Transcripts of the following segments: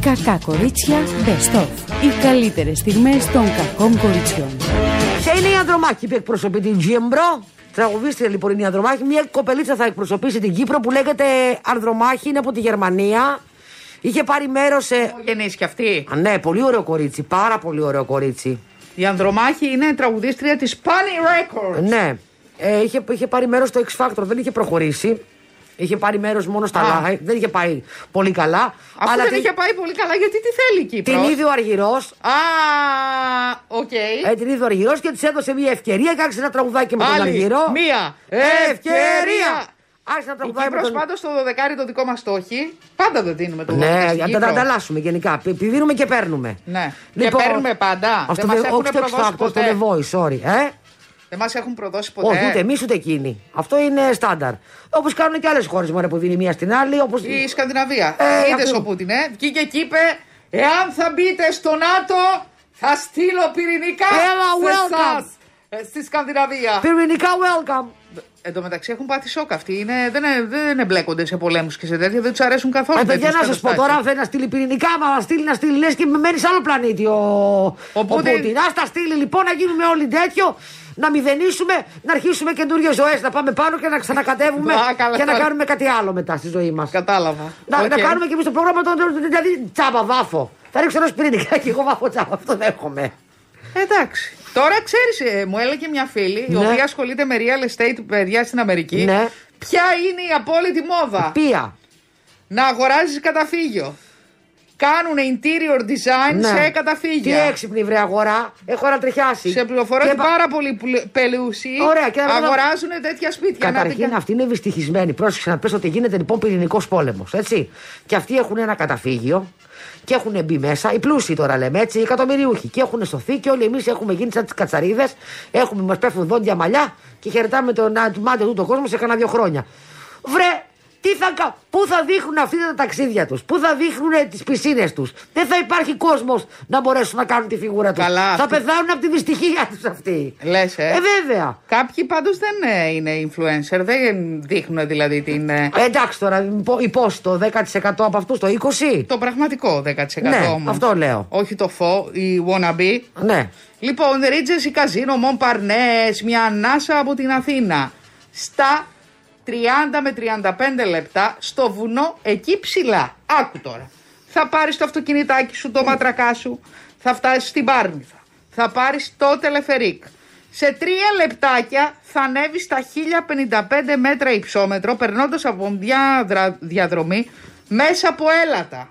Κακά κορίτσια Best of. Οι καλύτερες στιγμές των κακών κοριτσιών. Ποια είναι η Ανδρομάχη που εκπροσωπεί την Τζιεμπρό. Τραγουδίστρια λοιπόν είναι η Ανδρομάχη. Μια κοπελίτσα θα εκπροσωπήσει την Κύπρο που λέγεται Ανδρομάχη, είναι από τη Γερμανία. Είχε πάρει μέρος σε. Γεννή κι αυτή. Α, ναι, πολύ ωραίο κορίτσι. Πάρα πολύ ωραίο κορίτσι. Η Ανδρομάχη είναι τραγουδίστρια της Pani Records. Ναι. Ε, είχε, είχε πάρει μέρος στο X Factor, δεν είχε προχωρήσει. Είχε πάρει μέρος μόνο στα Α. live. Δεν είχε πάει πολύ καλά. Αφού αλλά δεν την, είχε πάει πολύ καλά, γιατί τι θέλει η Κύπρος. την είδε ο Αργυρός. Α, οκ. Ε, την είδε ο Αργυρός και της έδωσε μια ευκαιρία και άρχισε ένα τραγουδάκι με τον Πάλι Αργυρό. μία ευκαιρία! ευκαιρία. Άρχισε να Η τραγουδάει με Κύπρος τον πάντως το δωδεκάρι το δικό μας το όχι. Πάντα δεν δίνουμε το δωδεκάρι Ναι, στην αν τα Κύπρο. τα ανταλλάσσουμε γενικά. Πη- Πηδίνουμε και παίρνουμε. Λοιπόν, Ναι. Και παίρνουμε πάντα. Ας Δεν το μας δε- έχουνε όχι στο προδώσει X Factor, στο ποτέ. The Voice, sorry. Ε? Δεν μας έχουν προδώσει ποτέ. Όχι, ούτε εμείς ούτε εκείνοι. Αυτό είναι στάνταρ. Όπως κάνουν και άλλες χώρες μωρέ που δίνει μία στην άλλη. Όπως... Η Σκανδιναβία. Ε, Είδες αυτό. ο Πούτιν, ε. Βγήκε και είπε, εάν θα μπείτε στο ΝΑΤΟ, θα στείλω πυρηνικά Έλα, σε welcome. εσάς, ε, στη Σκανδιναβία. Πυρηνικά welcome. Εν τω μεταξύ έχουν πάθει σοκ αυτοί. Είναι, δεν, δεν εμπλέκονται σε πολέμους και σε τέτοια. Δεν τους αρέσουν καθόλου. Ε, παιδιά, τέτοιες να σας πω τώρα, αν καταστάσεις. θέλει να στείλει πυρηνικά, μα να στείλει να στείλει, λες και μένει σε άλλο πλανήτη ο, ο, Πούτιν. Ας τα στείλει λοιπόν, να γίνουμε όλοι τέτοιο, να μηδενίσουμε, να αρχίσουμε καινούριες ζωές, να πάμε πάνω και να ξανακατεύουμε Α, καλά, και να τώρα. κάνουμε κάτι άλλο μετά στη ζωή μας. Κατάλαβα. Να, Οκ. να κάνουμε και εμείς το πρόγραμμα το, δηλαδή τσάμπα βάφο. Θα ρίξω ένα πυρηνικά και εγώ βάφω τσάμπα. Αυτό δέχομαι. Εντάξει. Τώρα ξέρεις, μου έλεγε μια φίλη, η Ναι. οποία ασχολείται με real estate παιδιά στην Αμερική. Ναι. Ποια είναι η απόλυτη μόδα. Πία. Να αγοράζεις καταφύγιο. Κάνουν interior design σε Ναι. Τι καταφύγια. έξυπνη βρε αγορά. Έχω ανατριχιάσει. Σε πληροφορώ Και ότι πα- πάρα πολλοί πλου- πλούσιοι Ωραία, και να- αγοράζουν τέτοια σπίτια. Να Καταρχήν την- αυτοί είναι δυστυχισμένοι. Πρόσεξε να πες ότι γίνεται λοιπόν πυρηνικός πόλεμος. Έτσι. Και αυτοί έχουν ένα καταφύγιο και έχουν μπει μέσα. Οι πλούσιοι τώρα λέμε έτσι, οι εκατομμυριούχοι. Και έχουν σωθεί και όλοι εμείς έχουμε γίνει σαν τις κατσαρίδες. Έχουμε, μας πέφτουν δόντια μαλλιά και χαιρετάμε τον α, του μάτι του τον κόσμο σε κανένα δύο χρόνια. Βρε, τι θα, κα- πού θα δείχνουν αυτοί τα ταξίδια τους, πού θα δείχνουν τις πισίνες τους. Δεν θα υπάρχει κόσμος να μπορέσουν να κάνουν τη φιγούρα τους. Καλά, Θα αυτοί- πεθάνουν από τη δυστυχία τους αυτοί. Λες, ε. ε βέβαια. Κάποιοι πάντως δεν ε, είναι influencer, δεν δείχνουν δηλαδή την. ε, Ε, Εντάξει τώρα, υπο- υπόστο 10% από αυτούς το 20%. Το πραγματικό 10% Ναι, όμως. αυτό λέω. Όχι το φω, η wannabe. Ναι. Λοιπόν, Ρίτζε, η Καζίνο, Μον Παρνέ, μια ανάσα από την Αθήνα. Στα 30 με 35 λεπτά στο βουνό εκεί ψηλά. Άκου τώρα. Θα πάρεις το αυτοκινητάκι σου, το ματρακά σου. Θα φτάσεις στην Πάρνηθα. Θα πάρεις το τελεφερίκ. Σε τρία λεπτάκια θα ανέβεις στα 1055 μέτρα υψόμετρο, περνώντας από μια δρα- διαδρομή μέσα από έλατα.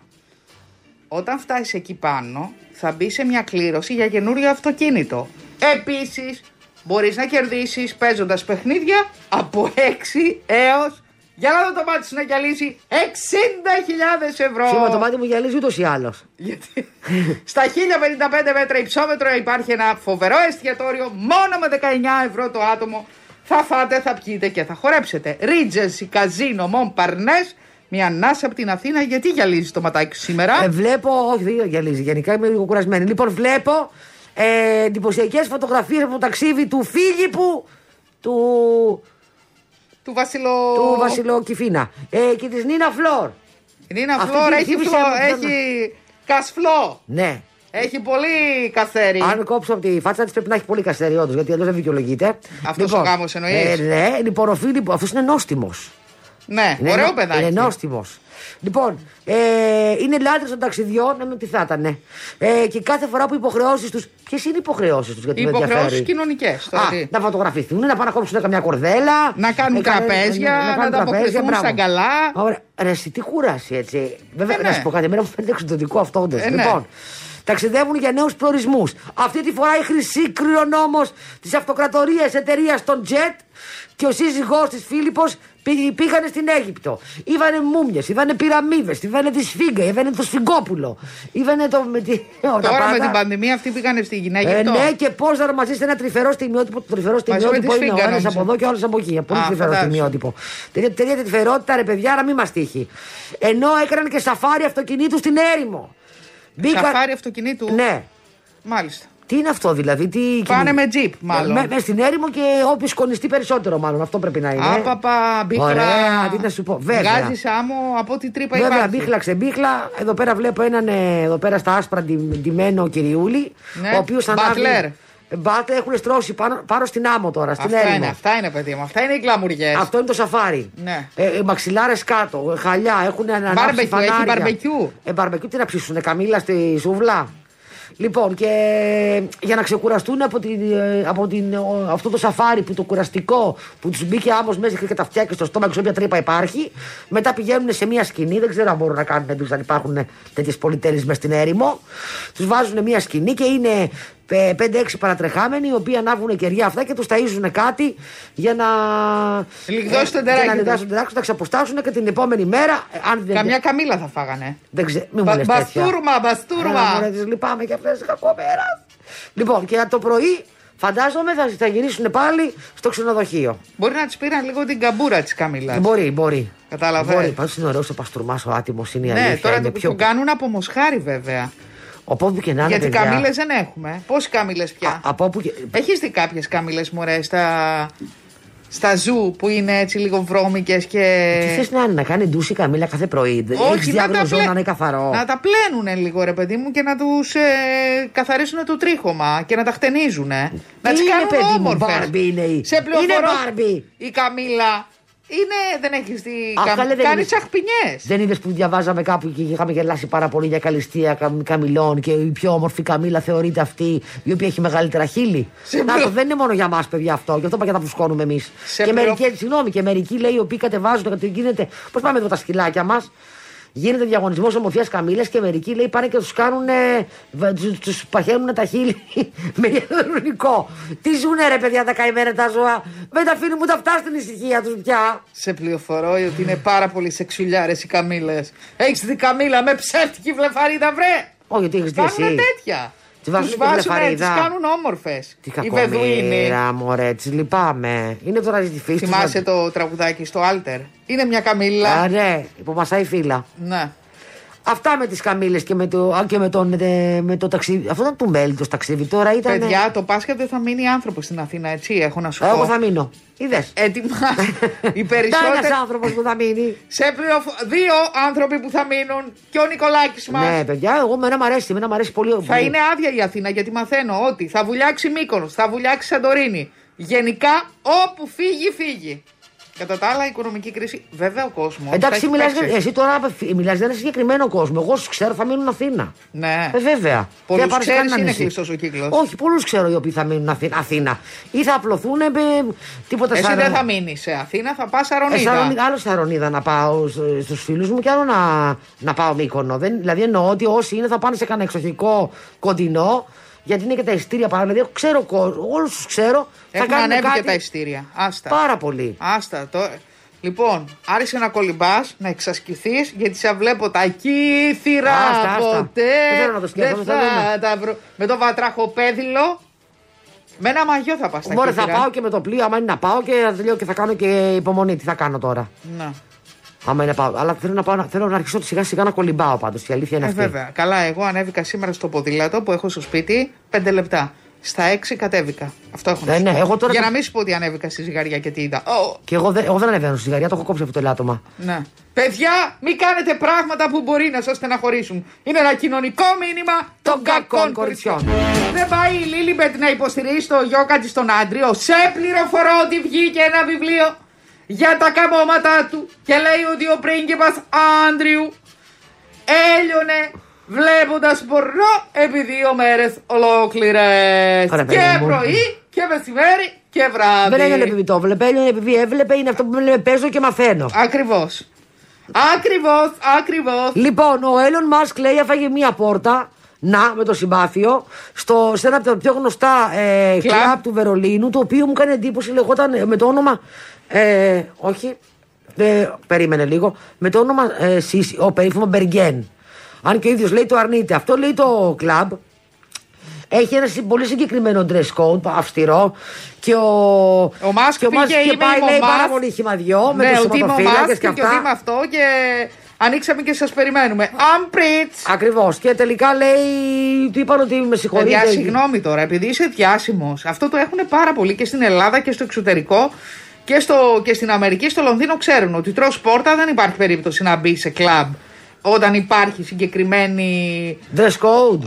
Όταν φτάσεις εκεί πάνω, θα μπει σε μια κλήρωση για καινούριο αυτοκίνητο. Επίσης, μπορείς να κερδίσεις παίζοντας παιχνίδια από 6 έως. Για να δω το μάτι σου να γυαλίσει 60.000 ευρώ. Σήμερα το μάτι μου γυαλίζει ούτως ή άλλως. Γιατί στα 1055 μέτρα υψόμετρο υπάρχει ένα φοβερό εστιατόριο μόνο με 19 ευρώ το άτομο. Θα φάτε, θα πιείτε και θα χορέψετε. Ρίτζες, καζίνο, μον παρνές. Μια ανάσα από την Αθήνα. Γιατί γυαλίζει το ματάκι σου σήμερα. Ε, βλέπω, όχι δεν γυαλίζει, γενικά είμαι λίγο κουρασμένη. Λοιπόν, βλέπω ε, εντυπωσιακές φωτογραφίες από το ταξίδι του Φίλιππου του, Του Βασιλό. του Βασιλοκυφίνα ε, και της Νίνα Φλόρ. Νίνα Αυτή Φλόρ την έχει θύμισε φλό, από τον- έχει κασφλό. Ναι. Έχει πολύ καστέρι. Αν κόψω από τη φάτσα της πρέπει να έχει πολύ καστέρι, όντως, γιατί αλλιώς δεν δικαιολογείται. Αυτός ο γάμος εννοείς? Ε, ναι, λοιπόν, ο Φίλιππου, αυτό είναι νόστιμος. Ναι, Είναι ωραίο νο- παιδάκι. Είναι νόστιμος. Λοιπόν, ε, είναι λάτρε των ταξιδιών, ναι, με τι θα ήταν. Ε, και κάθε φορά που υποχρεώσεις τους. Ποιες είναι οι υποχρεώσεις τους, γιατί Οι με υποχρεώσει ενδιαφέρει. κοινωνικές. Α, να φωτογραφηθούν, να πάνε να κόψουν καμιά κορδέλα. Ε, Να κάνουν κανένα- τραπέζια, να κάνουν ανταποκριθούν τραπέζια, μπράβο. στα καλά. Ωραία. Ρε, εσύ, τι κούραση έτσι. Βέβαια, Ε, να ναι. σου πω κάτι, εμένα μου φαίνεται εξωτικό αυτό όντως. Ε, ναι. λοιπόν, ταξιδεύουν για νέους προορισμούς. Αυτή τη φορά η χρυσή κρυονόμο της αυτοκρατορίας εταιρείας των Jet και ο σύζυγός της Φίλιππος πήγανε στην Αίγυπτο. Ήβανε μούμιες, είδανε πυραμίδε, είδανε τη Σφίγγα, είδανε το Σφιγκόπουλο. Είδανε το. Με τη... όλα τα Τώρα με πάντα. την πανδημία αυτοί πήγανε στη γυναίκα. Ε, αυτό. ναι, και πώς να ορμαζεί ένα τρυφερό στιγμιότυπο. Το τρυφερό με στιγμιότυπο τη είναι ο σφίγγα, ένας από νόμιζα. εδώ και ο άλλος από εκεί. Ε, Πολύ Α, τρυφερό φαντάζομαι. στιγμιότυπο. Τέτοια, τέτοια τρυφερότητα, ρε παιδιά, να μην μας τύχει. Ενώ έκαναν και σαφάρι αυτοκινήτου στην έρημο. Μπήκαν- Σαφάρι αυτοκινήτου. Ναι. Μάλιστα. Τι είναι αυτό δηλαδή, τι. Πάνε κινη- με τζιπ, μάλλον. Ε, Με, με στην έρημο και όποιος σκονιστεί περισσότερο, μάλλον. Αυτό πρέπει να είναι. Άπαπα, μπίχλα. Ωραία, τι να σου πω. Βέβαια. Βγάζεις άμμο από ό,τι τρύπα Βέβαια, υπάρχει. μπίχλα ξεμπίχλα. Εδώ πέρα βλέπω έναν ε, εδώ πέρα στα άσπρα ντυ- ντυμένο κυριούλη. Ναι, Ο οποίος ανάβει. Ε, Μπάτλερ. Μπάτλερ έχουν στρώσει πάνω, πάνω στην άμμο τώρα, στην Αυτά έρημο. είναι, αυτά είναι, παιδί μου. Αυτά είναι οι κλαμουριές. Αυτό είναι το σαφάρι. Ναι. Ε, ε, μαξιλάρες κάτω, ε, χαλιά, έχουν ανάψει Μπάρμπεκιου, έχει φανάρια. μπαρμπεκιού. Ε, μπαρμπεκιού τι να ψήσουνε, καμίλα στη σουβλά. Λοιπόν, και για να ξεκουραστούν από, την, ε, από την, ο, αυτό το σαφάρι που το κουραστικό που τους μπήκε άμμος μέσα και τα αυτιά και στο στόμα και σε όποια τρύπα υπάρχει, μετά πηγαίνουν σε μια σκηνή. Δεν ξέρω αν μπορούν να κάνουν εντούτοι, αν υπάρχουν ε, τέτοιες πολυτέλειες μες στην έρημο. Τους βάζουν μια σκηνή και είναι 5-6 παρατρεχάμενοι οι οποίοι ανάβουν κεριά αυτά και τους ταΐζουν κάτι για να. Λιγδώσει το Ε, και ντεράκι Να τους. λιγδώσει το ντεράκι, τους, να ξαποστάσουν και την επόμενη μέρα. ε, Αν δεν, Καμιά καμίλα θα φάγανε. δεν ξέρω, μην μου Μπα- λες τέτοια. μπαστούρμα, μπαστούρμα. Έλα, μωρέ, τις λυπάμαι και αυτές κακομέρας. Λοιπόν, και το πρωί φαντάζομαι θα, θα γυρίσουν πάλι στο ξενοδοχείο. Μπορεί να τη πήραν λίγο την καμπούρα της Καμίλας. Μπορεί, μπορεί. Κατάλαβες. Μπορεί, πάντως είναι ωραίος ο παστούρμας ο άτιμος, είναι η αλήθεια. Ναι, τώρα είναι το πιο... πιο... κάνουν από μοσχάρι βέβαια. Από όπου και να είναι. Γιατί παιδιά, καμίλε δεν έχουμε. Πόσε καμίλε α- πια. Από όπου και. Έχεις δει κάποιες καμίλε μωρέ στα... στα ζου που είναι έτσι λίγο βρώμικες και. Τι θες να είναι, να κάνει ντουση καμίλα κάθε πρωί. Έχει διάβολο ζώο να είναι καθαρό. να τα πλένουνε λίγο ρε παιδί μου και να τους ε, καθαρίσουν το τρίχωμα και να τα χτενίζουν. να τι είναι, κάνουν παιδί μου, όμορφες. Barbie είναι η- Σε πληροφορώ, είναι Barbie. Η Καμίλα είναι, δεν έχεις δει. Αυτά Καμ... λέει, δεν Κάνει είναι. τσαχπινιές. Δεν είδες που διαβάζαμε κάπου και είχαμε γελάσει πάρα πολύ για καλυστία καμ- καμιλών και η πιο όμορφη καμίλα θεωρείται αυτή η οποία έχει μεγαλύτερα χείλη. Σε Να πλο- το, δεν είναι μόνο για μας, παιδιά, αυτό. Γι' αυτό πια τα φουσκώνουμε εμείς. Σε Και πλο- μερικοί, συγγνώμη, και μερικοί λέει οι οποίοι κατεβάζουν ότι γίνεται. Πώς πάμε εδώ τα σκυλάκια μας. Γίνεται διαγωνισμός ομορφιάς καμίλε και μερικοί λέει πάνε και τους κάνουν. του παχαίνουν τα χείλη με ιατρονικό. Τι ζουνε ρε παιδιά τα καημένα τα ζώα. Δεν τα αφήνουν ούτε αυτά στην ησυχία τους πια. Σε πληροφορώ ότι είναι πάρα πολύ σεξουλιάρες οι καμίλε. Έχεις δει καμίλα με ψεύτικη βλεφαρίδα, βρε! Όχι, τι έχεις δει Κάνουν εσύ. τέτοια. Τις βάζουν Τους στη βλεφαρίδα. τις κάνουν όμορφες. Τι Οι Βεδουίνοι. κακομοίρα, μωρέ, έτσι λυπάμαι. Είναι τώρα στη φύση τους Θυμάσαι να- το τραγουδάκι στο Άλτερ. Είναι μια καμίλα. Α, ναι, που μασάει φύλλα. Ναι. Αυτά με τις καμίλες και με το, α, και με τον, ε, με το ταξίδι. Αυτό ήταν του Μέλιτος ταξίδι. Τώρα ήταν. Ε, Παιδιά, το Πάσχα δεν θα μείνει άνθρωπος στην Αθήνα, έτσι. Έχω να σου πω. ναι. Εγώ θα μείνω. Είδες. Έτοιμα. Οι περισσότεροι. Ένα άνθρωπος που θα μείνει. Σε πληροφο- Δύο άνθρωποι που θα μείνουν και ο Νικολάκης μας. Ναι, παιδιά, εγώ με μ' αρέσει. Εμένα μ' αρέσει πολύ. Ναι. Θα είναι άδεια η Αθήνα γιατί μαθαίνω ότι θα βουλιάξει Μύκονος, θα βουλιάξει Σαντορίνη. Γενικά όπου φύγει, φύγει. Κατά τα άλλα, η οικονομική κρίση, βέβαια ο κόσμος. Εντάξει, μιλάς, εσύ τώρα μιλά για ένα συγκεκριμένο κόσμο. Εγώ σου ξέρω θα μείνουν Αθήνα. Ναι. Ε, βέβαια. Πολλούς Δεν θα πάρεις ξέρεις, κανένα είναι νησί. κλειστός ο κύκλος. Όχι, πολλούς ξέρω οι οποίοι θα μείνουν Αθή- Αθήνα. Ή θα απλωθούν ε, με τίποτα Εσύ σαν- δεν θα μείνεις σε Αθήνα, θα πας Αρονίδα. Ε, Σαρονίδα. Άλλο Σαρονίδα να πάω στους φίλους μου και άλλο να, να πάω Μύκονο. Δεν, δηλαδή εννοώ ότι όσοι είναι θα πάνε σε κανένα εξοχικό κοντινό, γιατί είναι και τα ειστήρια πάρα Δηλαδή, ξέρω κόσμο, όλους τους ξέρω. Έχουν θα κάνουν ανέβει κάτι και τα ειστήρια. Άστα. Πάρα πολύ. Άστα τώρα. Λοιπόν, άρχισε να κολυμπάς, να εξασκηθείς, γιατί σε βλέπω τα κύθυρα Άστα, άστα. ποτέ. Δεν θέλω να το σκέφτομαι, δεν θα δούμε. τα βρω. Με το βατραχοπέδιλο. Με ένα μαγιό θα πας. Μπορεί θα πάω και με το πλοίο, άμα είναι να πάω και θα τελειώ και θα κάνω και υπομονή. Τι θα κάνω τώρα. Να. Άμα είναι να πάω. Αλλά θέλω να, πάω, να- θέλω να αρχίσω σιγά σιγά να κολυμπάω πάντως. Η αλήθεια είναι Ε, αυτή. βέβαια. Καλά, εγώ ανέβηκα σήμερα στο ποδήλατο που έχω στο σπίτι 5 λεπτά. Στα 6 κατέβηκα. Αυτό έχω να Ε, σου ναι, πω. εγώ τώρα Για το- να μην σου πω ότι ανέβηκα στη ζυγαριά και τι είδα. Ω, Και εγώ δεν, εγώ δεν ανεβαίνω στη ζυγαριά, το έχω κόψει αυτό το ελάττωμα. Ναι. Παιδιά, μην κάνετε πράγματα που μπορεί να σας στεναχωρήσουν. Είναι ένα κοινωνικό μήνυμα των κακών κοριτσιών. Δεν πάει η Λίλιμπετ να υποστηρίζει το γιόκα της στον Άντριο. Σε πληροφορώ ότι βγήκε ένα βιβλίο για τα καμώματά του και λέει ότι ο πρίγκιπας Άντριου έλειωνε βλέποντας πορνό επί δύο μέρες ολόκληρες. Ωραία, Και παιδί μου. πρωί και μεσημέρι και βράδυ. Δεν έγινε επειδή το βλέπε, έγινε επειδή έβλεπε, είναι αυτό που λέμε παίζω και μαθαίνω. Ακριβώς. Ακριβώς, ακριβώς. Λοιπόν, ο Έλλον Μάσκ λέει έφαγε μία πόρτα. Να, με το συμπάθειο, στο, σε ένα από τα πιο γνωστά ε, Κλαμπ. κλαμπ του Βερολίνου, το οποίο μου κάνει εντύπωση, λεγόταν ε, με το όνομα. Ε, όχι, ε, περίμενε λίγο. Με το όνομα ε, Σίση, ο περίφημο Μπεργκέν. Αν και ο ίδιος λέει το αρνείται. Αυτό λέει το κλαμπ. Έχει ένα συ- πολύ συγκεκριμένο dress code, αυστηρό. Και ο, Ο Μάσκ και ο Μάσκ πήγε, και είμαι πάει η λέει Μομπάς. πάρα πολύ χυμαδιό με Ναι, τους ότι είμαι ο σηματοφύλακε Μάσκ και Και ότι είμαι αυτά. αυτό και Ανοίξαμε και σας περιμένουμε. Άμπριτ! Ακριβώς. Και τελικά λέει. Του είπαν ότι με συγχωρείτε. Παιδιά, συγγνώμη τώρα, επειδή είσαι διάσημος, αυτό το έχουν πάρα πολύ και στην Ελλάδα και στο εξωτερικό και, στο, και στην Αμερική, στο Λονδίνο ξέρουν ότι τρώ πόρτα δεν υπάρχει περίπτωση να μπει σε κλαμπ όταν υπάρχει συγκεκριμένη. Dress code.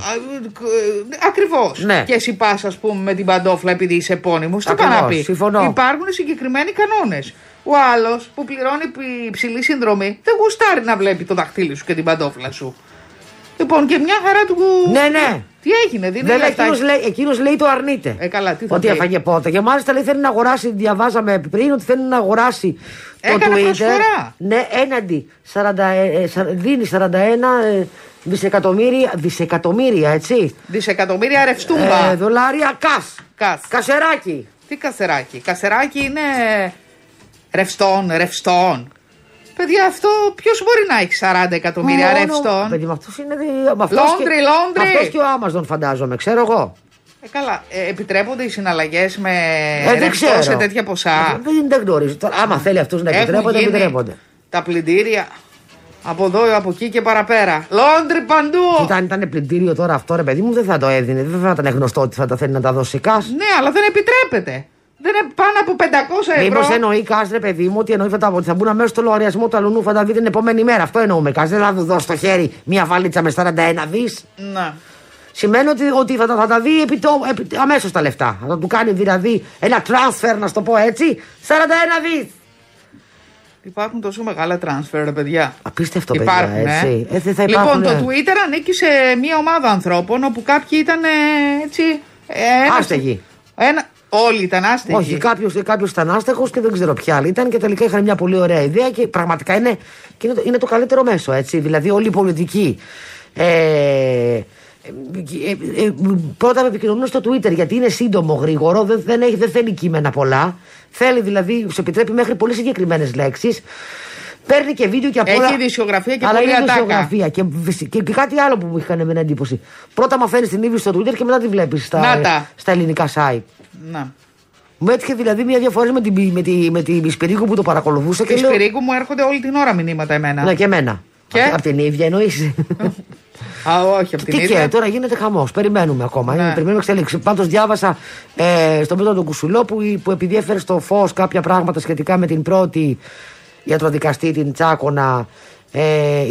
Ακριβώς. Ναι. Και εσύ πας, ας πούμε, με την παντόφλα επειδή είσαι επώνυμος. Τι πάει να Ακριβώς, πει. συμφωνώ. Υπάρχουν συγκεκριμένοι κανόνες. Ο άλλος που πληρώνει πι- υψηλή συνδρομή δεν γουστάρει να βλέπει το δαχτύλι σου και την παντόφλα σου. Λοιπόν, και μια χαρά του. Ναι, ναι. Τι έγινε, δίνει Βέβαια, λεφτά. εκείνος λέει, εκείνος λέει το αρνείται. Ε, καλά, τι θα ότι πει. έφαγε πότε. Και μάλιστα λέει θέλει να αγοράσει, διαβάζαμε πριν ότι θέλει να αγοράσει το Έκανε Twitter. προσφορά. Ναι, έναντι. 40, ε, ε, σα- δίνει 41 ε, δισεκατομμύρια, δισεκατομμύρια, έτσι. Δισεκατομμύρια ρευστούμπα. Ε, δολάρια κασ. Κας. Κασεράκι. Τι κασεράκι. Κασεράκι είναι ρευστών, ρευστών. Παιδιά, αυτό ποιος μπορεί να έχει 40 εκατομμύρια Μόνο- ρευστών. Παιδί μου, αυτός είναι. δι- με αυτός Laundry, και- laundry. αυτός και ο Amazon, φαντάζομαι, ξέρω εγώ. Ε, καλά, ε, επιτρέπονται οι συναλλαγές με Ε, δεν ρευστό ξέρω. Ε, σε τέτοια ποσά. Δεν, δεν γνωρίζω. Τώρα, Άμα θέλει αυτός να Έχουν επιτρέπονται, γίνει επιτρέπονται. Τα πλυντήρια από εδώ, από εκεί και παραπέρα. Λόντρι παντού. Κοίτα, αν ήταν πλυντήριο τώρα αυτό, ρε παιδί μου, δεν θα το έδινε. Δεν θα ήταν γνωστό ότι θα τα θέλει να τα δώσει κά. Ναι, αλλά δεν επιτρέπεται. Δεν είναι πάνω από 500 ευρώ. Μήπως εννοεί κάς, ρε παιδί μου, ότι εννοεί θα, τα, ότι θα μπουν αμέσως στο λογαριασμό του αλουνού, θα τα δει την επόμενη μέρα. Αυτό εννοούμε κάς. Δεν θα του δώσει το χέρι μια βαλίτσα με 41 δις. Ναι. σημαίνει Σημαίνει ότι, ότι θα, τα- θα τα δει επί το- επί- αμέσως τα λεφτά. Θα του κάνει δηλαδή ένα transfer, να σου το πω έτσι, 41 δις. Υπάρχουν τόσο μεγάλα τρανσφέρ, ρε παιδιά. Απίστευτο, παιδιά, Υπάρχουν, έτσι. Ε, δεν θα λοιπόν, υπάρχουν, το ε. Twitter ανήκει σε μία ομάδα ανθρώπων όπου κάποιοι ήταν ε, έτσι. ε, ένας- Άστεγοι. Ένα, όλοι ήταν άστεγοι. Όχι, κάποιος κάποιος ήταν άστεχο και δεν ξέρω ποια άλλη ήταν και τελικά είχαν μια πολύ ωραία ιδέα και πραγματικά είναι, και είναι, το, είναι το καλύτερο μέσο, έτσι. Δηλαδή, όλη η πολιτική. Ε, ε, ε, ε, πρώτα επικοινωνούν στο Twitter γιατί είναι σύντομο, γρήγορο, δεν, δεν, έχει, δεν θέλει κείμενα πολλά. Θέλει δηλαδή, σου επιτρέπει μέχρι πολύ συγκεκριμένες λέξεις. Παίρνει και βίντεο και απ' Έχει όλα. ειδησιογραφία και Αλλά πολλή είναι ατάκα. ειδησιογραφία και, και, και, κάτι άλλο που μου είχαν εμένα εντύπωση. Πρώτα μαθαίνει την είδηση στο Twitter και μετά τη βλέπεις Να στα, τα. στα ελληνικά site. Να. Μου έτυχε δηλαδή μια-δυο φορές με την, πι- με, τη, με την Σπυρίκου που το παρακολουθούσα και Τη λέω. Σπυρίκου μου έρχονται όλη την ώρα μηνύματα εμένα. Ναι, και εμένα. Και? Από την ίδια εννοείς. Α, όχι, από την Τι ίδια. και, τώρα γίνεται χαμός. Περιμένουμε ακόμα. Ναι. Είναι- Περιμένουμε εξέλιξη. Πάντως διάβασα ε, στον πρώτο τον Κουσουλό που, που επειδή έφερε στο φως κάποια πράγματα σχετικά με την πρώτη ιατροδικαστή, την Τσάκονα, ε,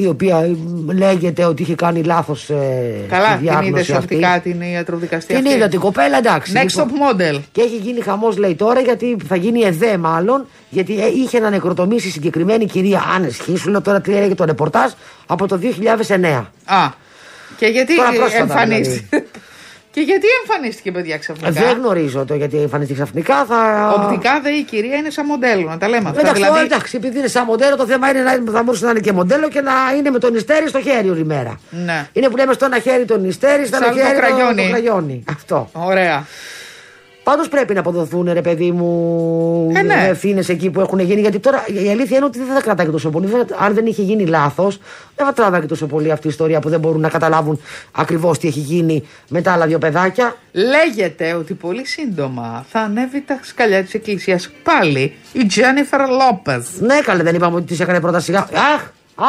η οποία ε, λέγεται ότι είχε κάνει λάθος ε, Καλά, στη την είδε διάγνωση αυτή. οπτικά την ιατροδικαστή. Την αυτή. είδα την κοπέλα, εντάξει. Next λοιπόν. top model. Και έχει γίνει χαμός, λέει τώρα, γιατί θα γίνει ΕΔΕ μάλλον, γιατί ε, είχε να νεκροτομήσει συγκεκριμένη κυρία Άννη Χίσουλα, τώρα τι έλεγε το ρεπορτάζ, από το 2009. Α. Και γιατί Τώρα πρόσφατα, δηλαδή. εμφανίστηκε. και γιατί εμφανίστηκε, παιδιά, ξαφνικά. Δεν γνωρίζω το γιατί εμφανιστεί ξαφνικά. Θα... Οπτικά δε η κυρία είναι σαν μοντέλο, να τα λέμε αυτά. Εντάξει, δηλαδή, τώρα, εντάξει, επειδή είναι σαν μοντέλο, το θέμα είναι να θα μπορούσε να είναι και μοντέλο και να είναι με τον νηστέρι στο χέρι όλη μέρα. Ναι. Είναι που λέμε στο ένα χέρι τον νηστέρι, στο Στο ένα άλλο το χέρι τον- κραγιόνι. τον κραγιόνι. Αυτό. Ωραία. Πάντως πρέπει να αποδοθούν, ρε παιδί μου, Ε, ναι. ευθύνες εκεί που έχουν γίνει. Γιατί τώρα η αλήθεια είναι ότι δεν θα κρατάει και τόσο πολύ. Δεν θα- αν δεν είχε γίνει λάθος, δεν θα τραβάει και τόσο πολύ αυτή η ιστορία που δεν μπορούν να καταλάβουν ακριβώς τι έχει γίνει με τα άλλα δύο παιδάκια. Λέγεται ότι πολύ σύντομα θα ανέβει τα σκαλιά της εκκλησίας πάλι η Τζένιφερ Λόπες. Ναι, καλέ, δεν είπαμε ότι της έκανε πρώτα σιγά. Αχ,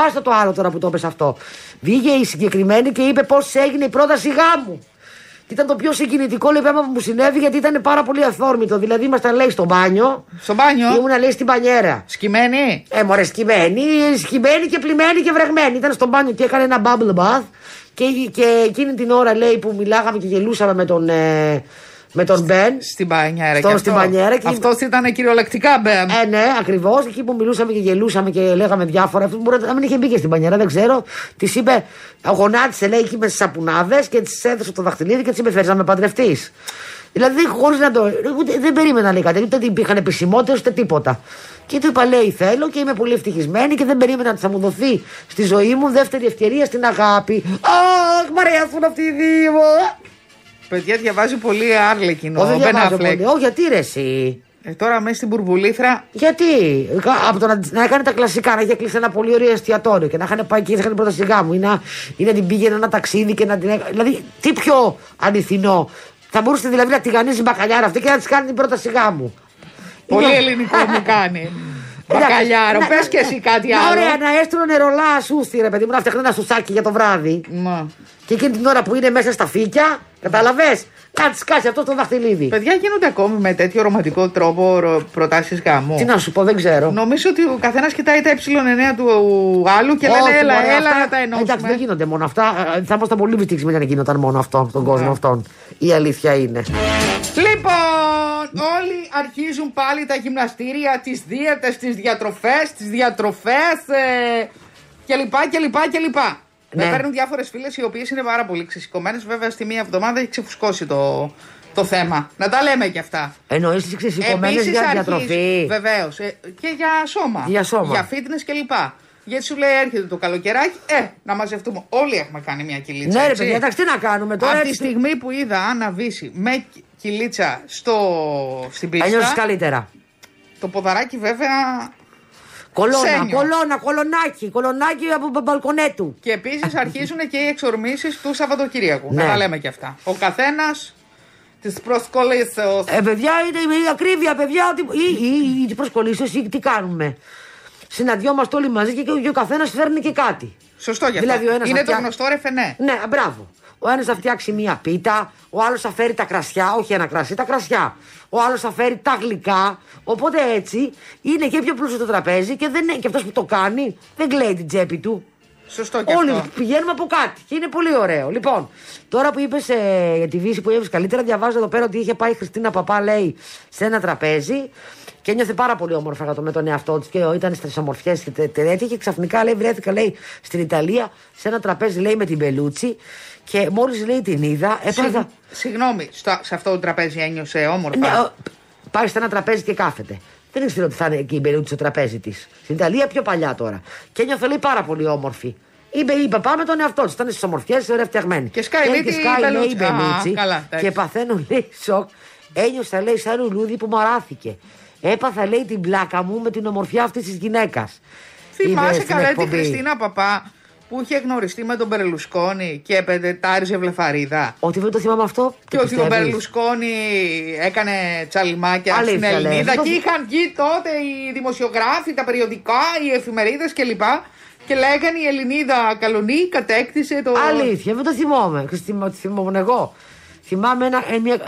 άστα το άλλο τώρα που το έπεσε αυτό. Βγήκε η συγκεκριμένη και είπε πώς έγινε η πρόταση γάμου. Και ήταν το πιο συγκινητικό λέει, πράγμα που μου συνέβη γιατί ήταν πάρα πολύ αθόρμητο. Δηλαδή, ήμασταν λέει στο μπάνιο, Στο μπάνιο, ήμουν λέει στην πανιέρα. σκυμμένη. Ε, μωρέ, σκυμμένη, σκυμμένη και πλημμένη και βρεγμένη. Ήταν στο μπάνιο και έκανε ένα bubble bath. Και, και εκείνη την ώρα, λέει, που μιλάγαμε και γελούσαμε με τον, ε, με τον Μπεν. Στην πανιέρα Στο- και στην αυτό. πανιέρα και- Αυτός ήταν κυριολεκτικά μπεν. Ε, ναι, ακριβώς. Εκεί που μιλούσαμε και γελούσαμε και λέγαμε διάφορα. Αυτό μπορεί να μην είχε μπει και στην πανιέρα, δεν ξέρω. Της είπε, γονάτισε, λέει, εκεί με τι σαπουνάδες και της έδωσε το δαχτυλίδι και της είπε, φέρει να με παντρευτείς. Δηλαδή, χωρίς να το. ούτε- δεν περίμενα, λέει κάτι. Ούτε την υπήρχαν επισημότητες, ούτε τίποτα. Και του είπα, λέει, θέλω και είμαι πολύ ευτυχισμένη και δεν περίμενα ότι θα μου δοθεί στη ζωή μου δεύτερη ευκαιρία στην αγάπη. Αχ, μ' αρέσουν αυτοί οι δύο. Παιδιά διαβάζει πολύ άρλεκινο. Όχι, δεν Ο Μπεν διαβάζω Affleck. πολύ. Όχι, γιατί ρε, εσύ. Ε, τώρα μέσα στην μπουρμπουλήθρα Γιατί κα- από το να, να έκανε τα κλασικά, να είχε κλείσει ένα πολύ ωραίο εστιατόριο και να είχαν πάει εκεί, να είχαν πρώτα σιγά μου ή να, ή να την πήγαινε ένα ταξίδι και να την έκανε. Δηλαδή, τι πιο αληθινό. Θα μπορούσε δηλαδή να τη γανίζει η μπακαλιάρα αυτή και να της κάνει την πρώτα σιγά μου. πολύ ελληνικό μου κάνει. Μπακαλιάρο, Ναι. Εντάξει, πες να- και εσύ κάτι να- άλλο. Ωραία, να έστειλω νερολά ασούστη, ρε παιδί μου, να φτιαχνεί ένα σουσάκι για το βράδυ. Μα. Και εκείνη την ώρα που είναι μέσα στα φύκια, κατάλαβες, κάτι σκάσει αυτό το δαχτυλίδι. Παιδιά γίνονται ακόμη με τέτοιο ρομαντικό τρόπο προτάσεις γάμου. Τι να σου πω, δεν ξέρω. Νομίζω ότι ο καθένας κοιτάει τα ε9 του άλλου και λένε Όχι, έλα, μωρέ, έλα αυτά- να τα Εντάξει, δεν ενώσουμε. γίνονται μόνο αυτά. Ε, Θα ήμασταν πολύ δυστυχισμένοι αν γίνονταν μόνο αυτό στον κόσμο Ναι. αυτόν. Η αλήθεια είναι. Λοιπόν, όλοι αρχίζουν πάλι τα γυμναστήρια, τις δίαιτες, τις διατροφές, τις διατροφές ε, κλπ. κλπ, κλπ. Ναι. Με παίρνουν διάφορες φίλες οι οποίες είναι πάρα πολύ ξεσηκωμένες. Βέβαια, στη μία εβδομάδα έχει ξεφουσκώσει το, το θέμα. Να τα λέμε κι αυτά. Εννοείς τις ξεσηκωμένες για διατροφή. Βεβαίως. Ε, και για σώμα. Για σώμα. Για fitness κλπ. Γιατί σου λέει έρχεται το καλοκαιράκι, ε, να μαζευτούμε. Όλοι έχουμε κάνει μια κυλίτσα. Ναι, ρε έτσι. παιδιά, εντάξει, τι να κάνουμε τώρα. Από Ε, τη έτσι- στιγμή που είδα Άννα Βύση με κι- κυλίτσα στο, στην Ένιωσες πίστα, καλύτερα. το ποδαράκι βέβαια Κολόνα, Ξένιο. κολόνα, κολονάκι, κολονάκι από τον μπαλκονέ του. και επίσης αρχίζουν και οι εξορμήσεις του Σαββατοκύριακου. Ναι. Να τα λέμε και αυτά. Ο καθένας τη προσκολήσεω. Ε, παιδιά, είναι η ακρίβεια, παιδιά, ότι- ή, ή, ή τις προσκολήσεις, ή τι κάνουμε. Συναντιόμαστε όλοι μαζί και, και ο καθένας φέρνει και κάτι. Σωστό γι' αυτό. Δηλαδή, ο ένας Είναι αυτιά- το γνωστό ρεφενέ. Ναι, μπράβο. Ο ένας θα φτιάξει μία πίτα, ο άλλος θα φέρει τα κρασιά, όχι ένα κρασί, τα κρασιά. Ο άλλος θα φέρει τα γλυκά. Οπότε έτσι είναι και πιο πλούσιο το τραπέζι και, δεν, και αυτός που το κάνει δεν κλαίει την τσέπη του. Σωστό κι Όλοι αυτό. πηγαίνουμε από κάτι και είναι πολύ ωραίο. Λοιπόν, τώρα που είπες ε, για τη Βύση που έβρισε καλύτερα, διαβάζω εδώ πέρα ότι είχε πάει η Χριστίνα Παπά, λέει, σε ένα τραπέζι και νιώθε πάρα πολύ όμορφα για το με τον εαυτό της και ήταν στις ομορφιές και τε- τε- τέτοια. Και ξαφνικά λέει, βρέθηκα, λέει, στην Ιταλία σε ένα τραπέζι, λέει, με την Πελούτσι και μόλις λέει την είδα, έπαθα. Συγ- Συγγνώμη, στα- σε αυτό το τραπέζι ένιωσε όμορφα. Ναι, ο- πάει σε ένα τραπέζι και κάθεται. Δεν ήξερε ότι θα είναι εκεί η περίπτωση στο τραπέζι της. Στην Ιταλία πιο παλιά τώρα. Και ένιωθε λέει πάρα πολύ όμορφη. Είπε η παπά με τον εαυτό της. Ήταν στις ομορφιές, ωραία φτιαγμένη. Και σκάει, λέει, και τη σκάει, λέει, η Μπελούτσι. Α, Μπελούτσι. καλά, εντάξει. Και παθαίνω λέει σοκ. Ένιωσα λέει σαν λουλούδι που μαράθηκε. Έπαθα λέει την πλάκα μου με την ομορφιά αυτής της γυναίκας. Θυμάσαι καλά την Χριστίνα Παπά που είχε γνωριστεί με τον Μπερλουσκόνη και πεντετάριζε βλεφαρίδα. Ότι δεν το θυμάμαι αυτό. Και το ότι ο πιστεύεις? Μπερλουσκόνη έκανε τσαλιμάκια Αλήθεια, στην λες. Ελληνίδα. Το- Και είχαν βγει τότε οι δημοσιογράφοι, τα περιοδικά, οι εφημερίδες κλπ. Και λέγανε η Ελληνίδα καλονή κατέκτησε το. Αλήθεια, δεν το θυμόμαι. Χριστίμα, ότι θυμόμουν εγώ. Θυμάμαι ένα, ε, μια,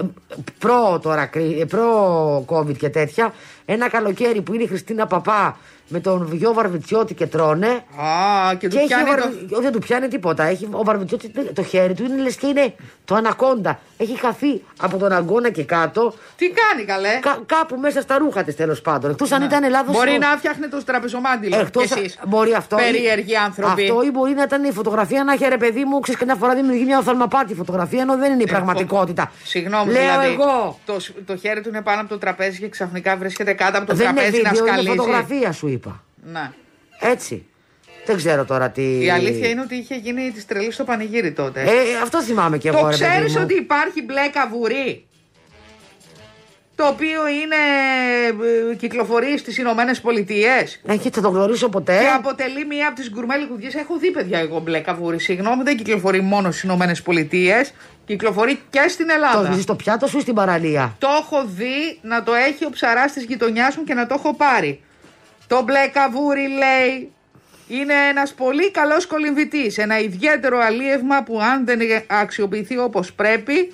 προ, τώρα, κρι- ε, προ COVID και τέτοια, ένα καλοκαίρι που είναι η Χριστίνα Παπά με τον Γιώργο Βαρβιτσιώτη και τρώνε. Α, και του Και έχει ο πιάνει το. Βαρβι- δεν του πιάνει τίποτα. Έχει, ο Βαρβιτσιώτης το χέρι του είναι λες και είναι το ανακόντα. Έχει χαθεί από τον αγκώνα και κάτω, Τι κάνει καλέ. κα- κάπου μέσα στα ρούχα της τέλος πάντων. Εκτός αν ήταν λάθο. Ναι. Μπορεί να φτιάχνει το τραπεζομάντιλο. Εκτός, κι εσείς. μπορεί αυτό. Περίεργοι άνθρωποι. Αυτό ή μπορεί να ήταν η φωτογραφία να είχε ρε παιδί μου, ξέρεις καμιά φορά δημιουργεί μια οφθαλμαπάτη φωτογραφία, ενώ δεν είναι η πραγματικότητα. Συγγνώμη, Λέω δηλαδή. εγώ. Το, σ- το χέρι του είναι πάνω από το τραπέζι και ξαφνικά βρίσκεται κάτω από το δεν είναι τραπέζι να βίντεο, είναι σκαλίζει. φωτογραφία σου είπα. Ναι. Έτσι. Δεν ξέρω τώρα τι. Η αλήθεια είναι ότι είχε γίνει τη τρελή στο πανηγύρι τότε. Ε, αυτό θυμάμαι κι εγώ. το ρε παιδί ξέρεις μου. ότι υπάρχει μπλε καβουρί. Το οποίο είναι ε, κυκλοφορεί στις Ηνωμένες Πολιτείες. Ε, και θα το γνωρίσω ποτέ. Και αποτελεί μία από τις γκουρμέ λικουδιέ. Έχω δει παιδιά εγώ μπλε καβούρι. Συγγνώμη, δεν κυκλοφορεί μόνο στις Ηνωμένες Πολιτείες. Κυκλοφορεί και στην Το Ελλάδα. έχεις στο πιάτο σου ή στην παραλία. Το έχω δει να το έχει ο ψαράς της γειτονιάς μου και να το έχω πάρει. Το μπλε καβούρι λέει είναι ένας πολύ καλός κολυμβητής. Ένα ιδιαίτερο αλίευμα που αν δεν αξιοποιηθεί όπως πρέπει,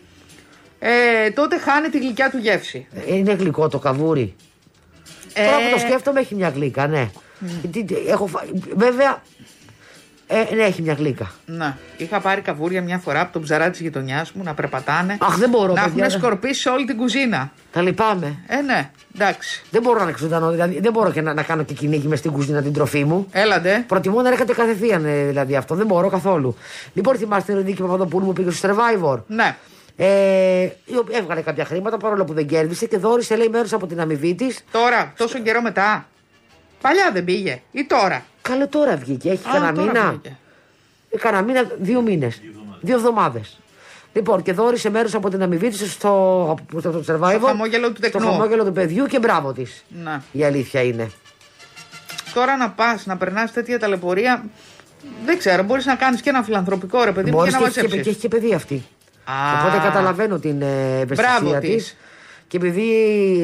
ε, τότε χάνει τη γλυκιά του γεύση. Ε, Είναι γλυκό το καβούρι. Ε. Τώρα που το σκέφτομαι έχει μια γλύκα, ναι. Mm. Τι- τι- Έχω φα- Βέβαια. Ε, ναι, έχει μια γλύκα. Ναι. Είχα πάρει καβούρια μια φορά από τον ψαρά της γειτονιάς μου να περπατάνε. Αχ, δεν μπορώ, να παιδιά, δεν- έχουν σκορπίσει όλη την κουζίνα. Τα λυπάμαι. Ε, ναι, εντάξει. Δεν μπορώ να είναι ζωντανό, δηλαδή δεν μπορώ και να, να κάνω και κυνήγι μες στην κουζίνα την τροφή μου. Έλατε. Προτιμώ να έρχεται κατευθείαν ε, δηλαδή αυτό, δεν μπορώ καθόλου. Λοιπόν, θυμάστε την Νίκη Παπαδοπούλου που πήγε στο survivor. Ναι. Ε, η οποία έβγαλε κάποια χρήματα παρόλο που δεν κέρδισε και δόρισε λέει μέρος από την αμοιβή της. Τώρα, τόσο καιρό μετά. Παλιά δεν πήγε. Ή τώρα. Καλέ τώρα βγήκε, έχει Α, κανένα τώρα μήνα. βγήκε. Ε, Κανένα μήνα, δύο μήνες. Δύο εβδομάδες. Λοιπόν, και δόρισε μέρος από την αμοιβή της στο, στο, στο survivor. Στο χαμόγελο του στο τεκνού. χαμόγελο του παιδιού και μπράβο της. Να. Η αλήθεια είναι. Τώρα να πας να περνάς τέτοια ταλαιπωρία. Δεν ξέρω, μπορείς να κάνεις και ένα φιλανθρωπικό ρε παιδί μου και Μπορείς να και, έχεις και, και μαζέψει. έχει και παιδί αυτή. Α. Οπότε καταλαβαίνω την ε, ευαισθησία Μπράβο της. της. Και επειδή.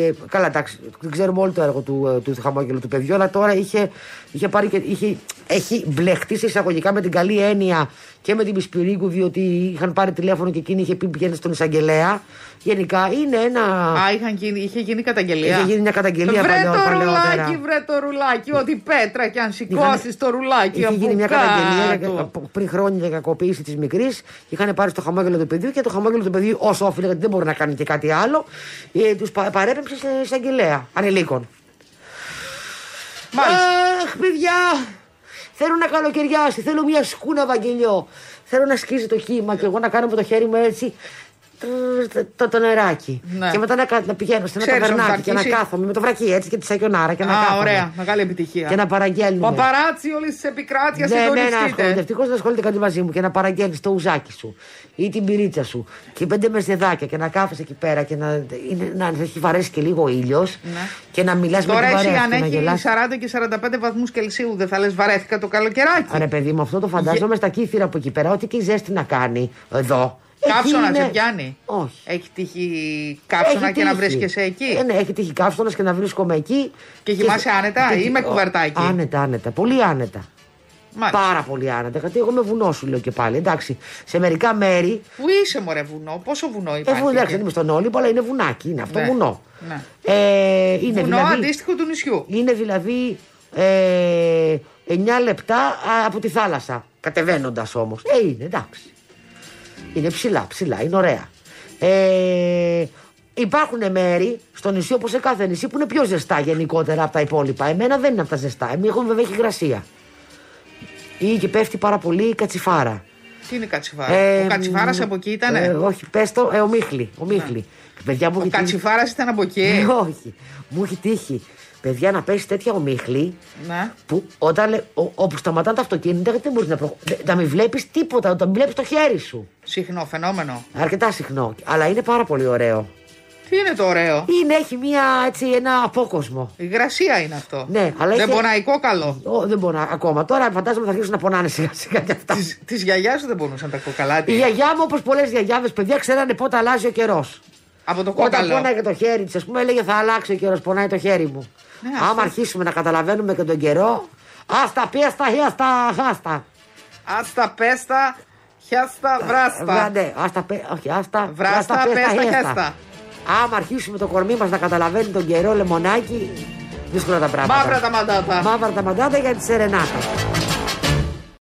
ε, Καλά, εντάξει, δεν ξέρουμε όλο το έργο του, ε, του, του χαμόγελου του παιδιού, αλλά τώρα είχε, είχε πάρει και. Είχε, έχει μπλεχτεί σε εισαγωγικά με την καλή έννοια και με την Πισπυρίγκου, διότι είχαν πάρει τηλέφωνο και εκείνη είχε πει πηγαίνει στον εισαγγελέα. Γενικά είναι ένα. Α, είχαν γίνει, είχε γίνει καταγγελία. Είχε γίνει μια καταγγελία Βρε παλαιό- το ρουλάκι, παλαιότερα. Ναι. βρε το ρουλάκι. Ό,τι πέτρα και αν σηκώσει το ρουλάκι. Είχε από γίνει μια κάτω. καταγγελία για- από- πριν χρόνια για κακοποίηση της μικρής. Είχαν πάρει στο χαμόγελο του παιδιού και το χαμόγελο του παιδιού, όσο όφιλε, γιατί δεν μπορεί να κάνει και κάτι άλλο, του παρέπεμψε σε εισαγγελέα ανηλίκων. Μάλιστα. Αχ, παιδιά! Θέλω να καλοκαιριάσει. Θέλω μια σκούνα βαγγελιό. Θέλω να σκίζει το κύμα και εγώ να κάνω με το χέρι μου έτσι τρρρ, το, το, το νεράκι. Ναι. Και μετά να, κα- να πηγαίνω σε ένα Ξέρεις ότι θα ταβερνάκι και να αρχίσει. κάθομαι με το βρακί έτσι και τη σακιονάρα και να Α, κάθομαι. ωραία. Μεγάλη επιτυχία. Και να παραγγέλνουμε. Παπαράτσι όλη της επικράτειας Ναι, ναι, να ασχολείται. συντονιστείτε. Ευτυχώς δεν ασχολείται κανείς μαζί μου και να παραγγέλνεις το ουζάκι σου ή την πυρίτσα σου και πέντε μεσεδάκια και να κάθεσαι εκεί πέρα και να, είναι, να έχει βαρέσει και λίγο ήλιο και να μιλάς με την Ναι. Τώρα εσύ παρέα σου αν και να έχει γελάς. 40 και 45 βαθμούς Κελσίου, δεν θα λες βαρέθηκα το καλοκαιράκι. Ρε παιδί μου, αυτό το φαντάζομαι στα κύθυρα από εκεί πέρα, ότι και η ζέστη να κάνει εδώ. Εκεί Κάψονα είναι- σε πιάνει. Όχι. Έχει τύχει κάψονα και να τύχει. βρίσκεσαι εκεί. Ε, ναι, έχει τύχει κάψονα και να βρίσκομαι εκεί. Και κοιμάσαι άνετα ή με ο, κουβαρτάκι? Άνετα, άνετα. Πολύ άνετα. Μάλιστα. Πάρα πολύ άνετα. Γιατί εγώ με βουνό σου λέω και πάλι. Εντάξει, σε μερικά μέρη. Πού είσαι, Μωρέ, βουνό, πόσο βουνό Ε, υπάρχει. βου- εντάξει, εκεί? δεν είμαι στον Όλυμπο, αλλά είναι βουνάκι. Είναι αυτό Ναι. βουνό. Ναι. Ε, είναι βουνό δηλαδή, αντίστοιχο του νησιού. είναι δηλαδή ε, 9 λεπτά α, από τη θάλασσα. Κατεβαίνοντας όμως. Ε, είναι εντάξει. Είναι ψηλά, ψηλά, είναι ωραία. Ε, υπάρχουν μέρη στο νησί όπως σε κάθε νησί που είναι πιο ζεστά γενικότερα από τα υπόλοιπα. Εμένα δεν είναι από τα ζεστά. Εμεί έχουμε βέβαια έχει υγρασία. Ή και πέφτει πάρα πολύ η κατσιφάρα. Τι είναι η κατσιφάρα. Ε, ο κατσιφάρας μ, από εκεί ήταν. Ε, όχι, πες το, ε, ο Μίχλη. Ο Μίχλη. Παιδιά μου ο έχει τύχει- κατσιφάρας ήταν από Ε, εκεί. όχι. Μου έχει τύχει. Παιδιά να πέσει τέτοια ο Μίχλη ναι. που όταν, λέ- ο- όπου σταματάνε τα αυτοκίνητα, γιατί δεν μπορείς να, προχω... δε- να μην βλέπεις τίποτα, όταν βλέπεις το χέρι σου. Συχνό φαινόμενο. Αρκετά συχνό. Αλλά είναι πάρα πολύ ωραίο. Τι είναι το ωραίο. Είναι, έχει μια, έτσι, ένα απόκοσμο. Ναι, ε, Ε, ναι,